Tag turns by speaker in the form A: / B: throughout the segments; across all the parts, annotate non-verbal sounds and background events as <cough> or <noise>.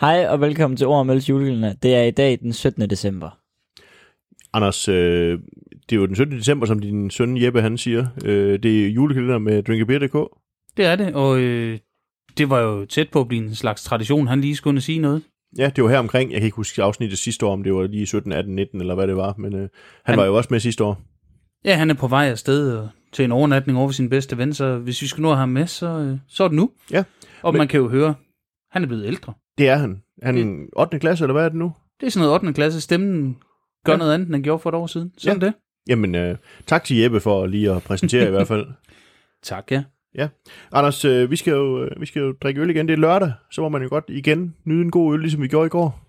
A: Hej og velkommen til Ord om Øls julegilde. Det er i dag den 17. december.
B: Anders, øh, det er jo den 17. december, som din søn Jeppe han siger. Øh, det er julekalender med drinkabeer.dk.
C: Det er det, og øh, det var jo tæt på at blive en slags tradition, han lige skulle sige noget.
B: Ja, det var her omkring, jeg kan ikke huske afsnittet sidste år, om det var lige 17, 18, 19 eller hvad det var, men øh, han, han
C: Han-
B: var jo også med sidste år.
C: Ja, han er på vej afsted og til en overnatning over for sin bedste ven, så hvis vi skal nå at have ham med, så, øh, så er det nu.
B: Ja,
C: Og
B: men-
C: man kan jo høre, han er blevet ældre.
B: Det er han. Han
C: Mm.
B: er 8. klasse, eller hvad er det nu?
C: Det er sådan noget 8. klasse, stemmen gør
B: Ja.
C: ja. noget andet, end den gjorde for et år siden. Sådan ja. det.
B: Jamen, øh, tak til Jeppe for lige at
C: <laughs>
B: præsentere i hvert fald.
C: Tak, ja. <laughs>
B: Anders, øh, vi, skal jo, øh, vi skal jo drikke øl igen. Det er lørdag, så må man jo godt igen nyde en god øl, ligesom vi gjorde i går.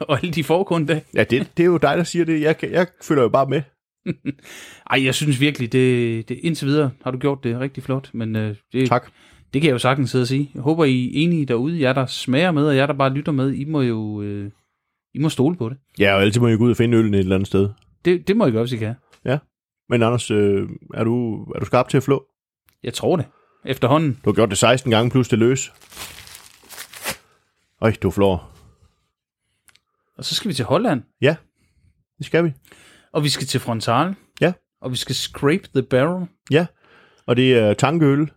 C: og alle de foregående dage.
B: Ja, det, det er jo dig, der siger det. Jeg, kan- jeg følger jo bare med.
C: Ej, jeg synes virkelig, det, det indtil videre har du gjort det rigtig flot, men øh, det,
B: Tak.
C: det kan jeg jo sagtens sidde og sige. Jeg håber, I er enige derude, jer der smager med, og jer der bare lytter med, I må jo øh, I må stole på det.
B: Ja, og altid må jeg gå ud og finde øllen et eller andet sted.
C: det. Det må I gøre, hvis I kan.
B: Men Anders, øh, er, du, er du skarp til at flå?
C: Jeg tror det. Efterhånden.
B: Du har gjort det 16 gange plus det løs. Øj, du flår.
C: Og så skal vi til Holland,
B: Det skal vi.
C: og vi skal til Frontal.
B: Ja.
C: Og vi skal scrape the barrel.
B: Og det er tankeøl.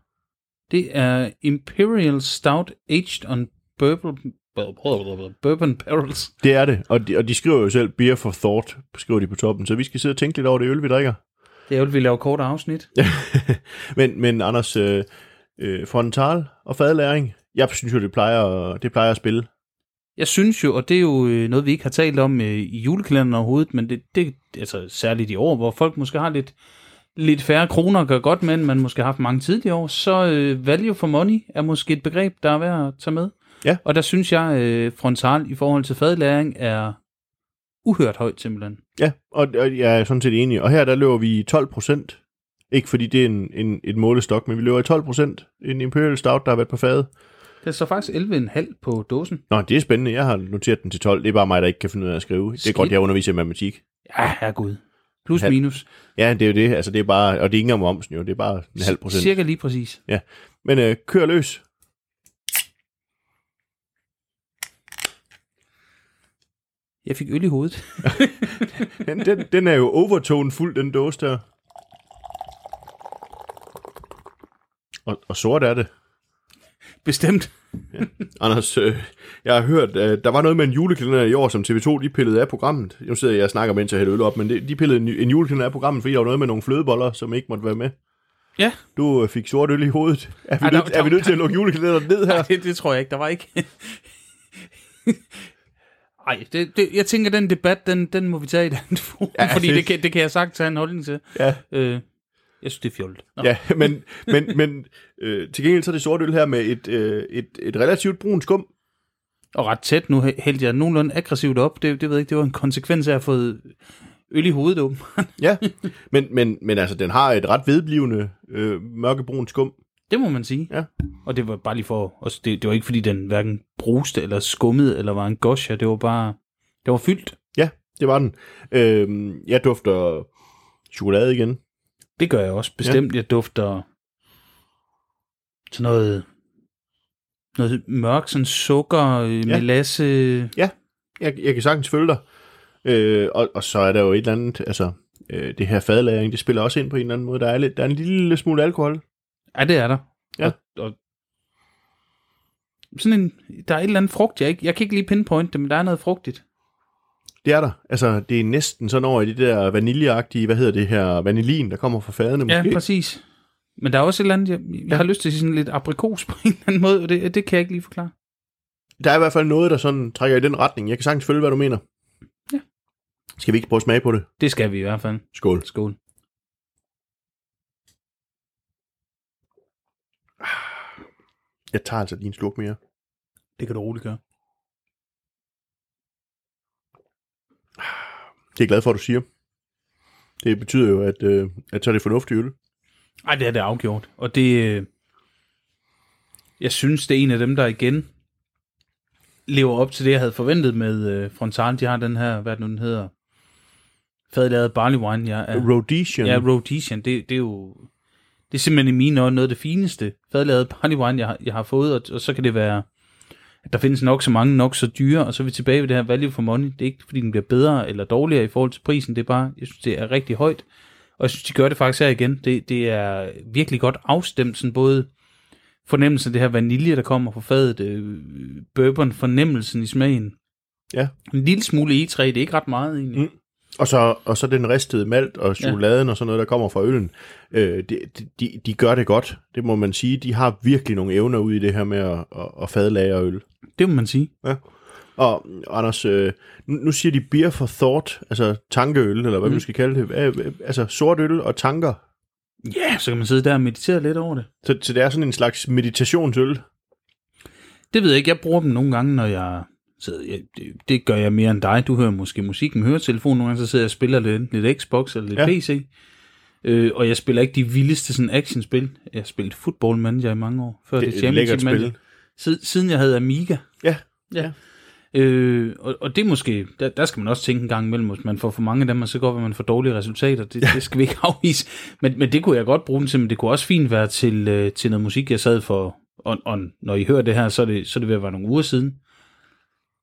C: Det er Imperial Stout Aged on Bourbon, bourbon Barrels.
B: Det er det. Og de, og de skriver jo selv beer for thought, skriver de på toppen. Så vi skal sidde og tænke lidt over det øl, vi drikker. <laughs>
C: Det er jo, at vi laver korte afsnit.
B: Men, men Anders, øh, øh, frontal og fadlæring, jeg synes jo, det plejer, at- det plejer at spille.
C: Jeg synes jo, og det er jo øh, noget, vi ikke har talt om øh, i julekalenderen overhovedet, men det, det altså særligt i år, hvor folk måske har lidt, lidt færre kroner at gøre godt med, end man måske har haft mange tidligere år, så øh, value for money er måske et begreb, der er værd at tage med.
B: Ja.
C: Og der synes jeg, øh, frontal i forhold til fadlæring er uhørt højt simpelthen.
B: Ja, og, og jeg er sådan set enig. Og her, der løber vi i 12 procent. Ikke fordi det er en, en, et målestok, men vi løber i 12 procent. En Imperial Stout, der har været på fadet.
C: Der står faktisk 11,5 på dåsen.
B: Nå, det er spændende. Jeg har noteret den til 12. Det er bare mig, der ikke kan finde ud af at skrive. Det er
C: Skidt.
B: godt, jeg underviser i matematik.
C: Ja, herregud. Plus
B: Halv-
C: minus.
B: Ja, det er jo det. Altså, det er bare, og det er ikke engang momsen jo. Det er bare en halv procent.
C: Cirka lige præcis.
B: Men øh, kør løs.
C: Jeg fik øl i hovedet. <laughs>
B: Den, den, den er jo overtone fuld, den dåse der. Og, og sort er det.
C: Bestemt.
B: Anders, øh, jeg har hørt, øh, der var noget med en julekalender i år, som TV2 lige pillede af programmet. Nu sidder jeg og snakker, mens jeg hælder øl op, men det, de pillede en, en julekalender af programmet, fordi der var noget med nogle flødeboller, som ikke måtte være med.
C: Ja.
B: Du øh, fik sort øl i hovedet. Er vi,
C: Ej,
B: Ej,
C: der-
B: nødt, er vi
C: der-
B: nødt til at lukke julekalenderen ned her?
C: Nej, det, det tror jeg ikke. Der var ikke... <laughs> Ej, det, det, jeg tænker, den debat, den, den må vi tage i et andet forum,
B: Ja,
C: ja, fordi det,
B: det-
C: det, kan, det kan jeg sagt tage en holdning til.
B: Ja.
C: Øh, jeg synes, det er fjollet. Nå.
B: Ja, men, men, men øh, til gengæld så er det sort øl her med et, øh, et, et relativt brunt skum.
C: Og ret tæt, nu hæ- hældte jeg nogenlunde aggressivt op. Det, det ved jeg ikke, det var en konsekvens af at have fået øl i hovedet åben.
B: Ja, men, men, men altså, den har et ret vedblivende øh, mørkebrunt skum.
C: Det må man sige.
B: Ja.
C: Og det var bare lige for... Og det, det var ikke, fordi den hverken bruste eller skummede eller var en gosja. Det var bare... Det var fyldt.
B: Ja, det var den. Øh, jeg dufter chokolade igen.
C: Det gør jeg også. Bestemt, ja. jeg dufter sådan noget, noget mørk, sådan sukker, ja. melasse.
B: Jeg, jeg kan sagtens følge dig. Øh, og, og så er der jo et eller andet, altså øh, det her fadlæring, det spiller også ind på en eller anden måde. Der er, lidt, der er en lille smule alkohol.
C: Ja, det er der.
B: Ja.
C: Og, og sådan en, der er et eller andet frugt, jeg ikke, jeg kan ikke lige pinpoint det, men der er noget frugtigt.
B: Det er der. Altså, det er næsten sådan over i det der vaniljeagtige, hvad hedder det her, vanilin, der kommer fra fadene
C: Ja,
B: måske.
C: præcis. Men der er også et eller andet, jeg, jeg har lyst til at sige sådan lidt aprikos <laughs> på en eller anden måde, og det, det kan jeg ikke lige forklare.
B: Der er i hvert fald noget, der sådan trækker i den retning. Jeg kan sagtens følge, hvad du mener.
C: Ja.
B: Skal vi ikke prøve at smage på det?
C: Det skal vi i hvert fald.
B: Skål.
C: Skål.
B: Jeg tager altså din sluk mere.
C: Det kan du roligt gøre.
B: Det er jeg glad for, at du siger. Det betyder jo, at, øh, at så er det fornuftig øl.
C: Nej, det er det afgjort. Og det... øh, Jeg synes, det er en af dem, der igen lever op til det, jeg havde forventet med øh, Frontal. De har den her, hvad er det nu den hedder, fadlavet barley wine. Jeg er,
B: Rhodesian.
C: ja, Rhodesian. Det, det er jo... Det er simpelthen i mine øjne noget af det fineste fadlavet barley wine, jeg, har- jeg har fået. Og, og så kan det være at der findes nok så mange, nok så dyre, og så er vi tilbage ved det her value for money. Det er ikke, fordi den bliver bedre eller dårligere i forhold til prisen, det er bare, jeg synes, det er rigtig højt. Og jeg synes, de gør det faktisk her igen. Det, det er virkelig godt afstemt, sådan både fornemmelsen af det her vanilje, der kommer på fadet, øh, bourbon, fornemmelsen i smagen.
B: Ja.
C: En lille smule E3, det er ikke ret meget egentlig.
B: Mm. Og så, og så den ristede malt og chokoladen ja. og sådan noget, der kommer fra øllen, øh, de, de, de gør det godt. Det må man sige. De har virkelig nogle evner ude i det her med at, at, at fadlage øl.
C: Det må man sige.
B: Og Anders, øh, nu nu siger de beer for thought, altså tankeøl, eller hvad mm. man skal kalde det. Hvad- hvad- Altså sort øl og tanker.
C: Ja, yeah, så kan man sidde der og meditere lidt over det.
B: Så, så det er sådan en slags meditationsøl.
C: Det ved jeg ikke. Jeg bruger dem nogle gange, når jeg sidder. Jeg, det, det gør jeg mere end dig. Du hører måske musik med høretelefon. Nogle gange så sidder jeg og spiller lidt, enten lidt Xbox eller lidt
B: Ja.
C: ja. PC. Øh, og jeg spiller ikke de vildeste sådan actionspil. Jeg har spillet Football Manager i mange år. Før det,
B: Det er et
C: Championship
B: lækkert
C: Manager.
B: spil.
C: Siden, siden jeg havde Amiga.
B: Ja.
C: Ja. Øh, og, og det er måske, der, der skal man også tænke en gang imellem, hvis man får for mange af dem, og så går at man får dårlige resultater. Det, det skal vi ikke <laughs> afvise. Men, men det kunne jeg godt bruge den til, men det kunne også fint være til, øh, til noget musik, jeg sad for. Og, og når I hører det her, så er det, så er det ved at være nogle uger siden.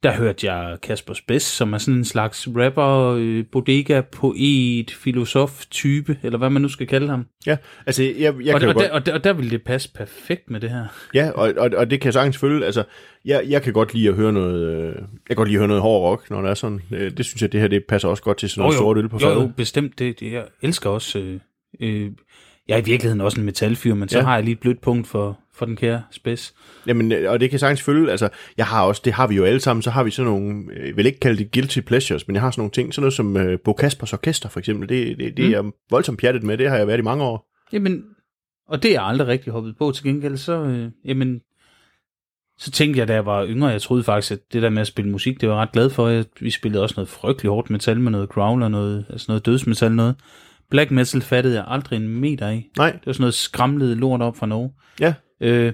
C: Der hørte jeg Kasper Spes, som er sådan en slags rapper, øh, bodega, poet, filosof type, eller hvad man nu skal kalde ham.
B: Ja, altså jeg, jeg kan
C: Og,
B: jo
C: og,
B: godt...
C: der, og, der, og der ville det passe perfekt med det her.
B: Ja, og, og, og det kan jeg sagtens følge. Altså, jeg, jeg kan godt lide at høre noget, øh, jeg kan godt lide at høre noget hård rock, når det er sådan. Øh, det synes jeg, det her det passer også godt til sådan noget sort øl på
C: jo, jo,
B: fadet.
C: bestemt. Det, det, jeg elsker også... Øh, øh, jeg er i virkeligheden også en metalfyr, men så
B: Ja.
C: har jeg lige et blødt punkt for, for den kære spids.
B: Jamen, øh, og det kan jeg sagtens følge. Altså, jeg har også, det har vi jo alle sammen, så har vi sådan nogle, øh, jeg vil ikke kalde det guilty pleasures, men jeg har sådan nogle ting, sådan noget som øh, Bo Kaspers Orkester for eksempel, det, det, det mm.
C: Mm.
B: er jeg voldsomt pjattet med, det har jeg været i mange år.
C: Jamen, og det er jeg aldrig rigtig hoppet på. Til gengæld så, øh, jamen, så tænkte jeg, da jeg var yngre, jeg troede faktisk, at det der med at spille musik, det var jeg ret glad for. Jeg, vi spillede også noget frygtelig hårdt metal med noget growl og noget, altså noget dødsmetal noget. Black metal fattede jeg aldrig en meter af.
B: Nej,
C: Det var sådan noget skramlet lort op fra Norge.
B: Ja.
C: Øh, det er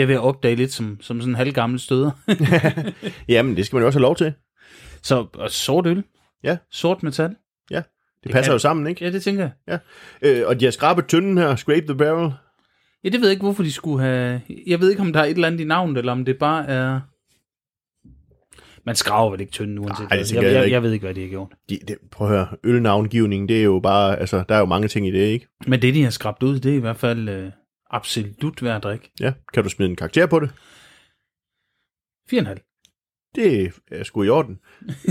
C: jeg ved at opdage lidt som, som sådan en halvgammel støder.
B: jamen det skal man jo også have lov til.
C: Så og sort øl?
B: Ja.
C: Sort metal?
B: Det, det
C: Det
B: passer
C: kan-
B: jo sammen, ikke?
C: Ja, det tænker jeg.
B: Øh, og de har skrabet tynden her, Scrape the Barrel.
C: Ja, det ved jeg ikke, hvorfor de skulle have... Jeg ved ikke, om der er et eller andet i navnet, eller om det bare er... Man skraver vel ikke tynden uanset
B: Nej, det tænker
C: hvad. jeg,
B: jeg
C: jeg,
B: ikke.
C: jeg, ved ikke, hvad de har gjort.
B: De, det, prøv at høre, ølnavngivning, det er jo bare, altså, der er jo mange ting i det, ikke?
C: Men det, de har skrabt ud, det er i hvert fald øh, absolut værd at drikke.
B: Ja, kan du smide en karakter på det?
C: 4,5.
B: Det er sgu i
C: <laughs>
B: orden.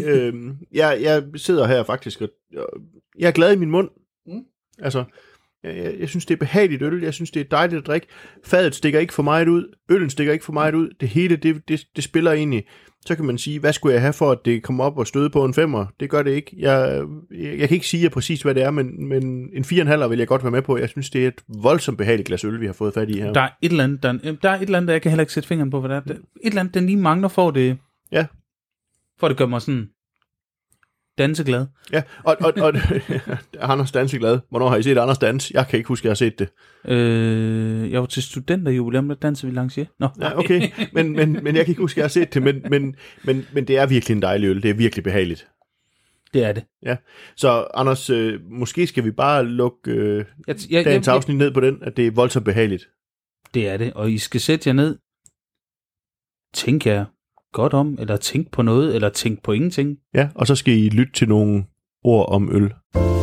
B: øhm, jeg, jeg sidder her faktisk, og og jeg er glad i min mund.
C: Mm.
B: Altså, jeg, jeg, jeg synes, det er behageligt øl. Jeg synes, det er dejligt at drikke. Fadet stikker ikke for meget ud. Øllen stikker ikke for meget ud. Det hele, det, det, det spiller egentlig. Så kan man sige, hvad skulle jeg have for, at det kommer op og støde på en femmer? Det gør det ikke. Jeg, jeg, jeg kan ikke sige præcis, hvad det er, men, men en 4,5 vil jeg godt være med på. Jeg synes, det er et voldsomt behageligt glas øl, vi har fået fat i her.
C: Der er et eller andet, der, øh, der, er et eller andet, der jeg kan heller ikke sætte fingeren på, hvad der er. Der, et eller andet, den lige mangler for det...
B: Ja.
C: For det gør mig sådan... Danseglad.
B: Ja, og, og,
C: <laughs>
B: og <laughs> Anders Dans er glad. Hvornår har I set Anders Dans? Jeg kan ikke huske, at jeg har set det.
C: Øh, jeg var til studenterjubilæum, der dansede vi langs Nå,
B: Ja, okay, men, men, men jeg kan ikke huske, at jeg har set det, men, men, men, men det er virkelig en dejlig øl. Det er virkelig behageligt.
C: det er det.
B: Så Anders, øh, måske skal vi bare lukke øh,
C: Jeg, jeg,
B: dagens
C: jeg,
B: afsnit ned på den, at det er voldsomt behageligt.
C: Det er det, og I skal sætte jer ned. Tænk jer godt om, eller tænk på noget, eller tænk på ingenting.
B: Ja, og så skal I lytte til nogle ord om øl.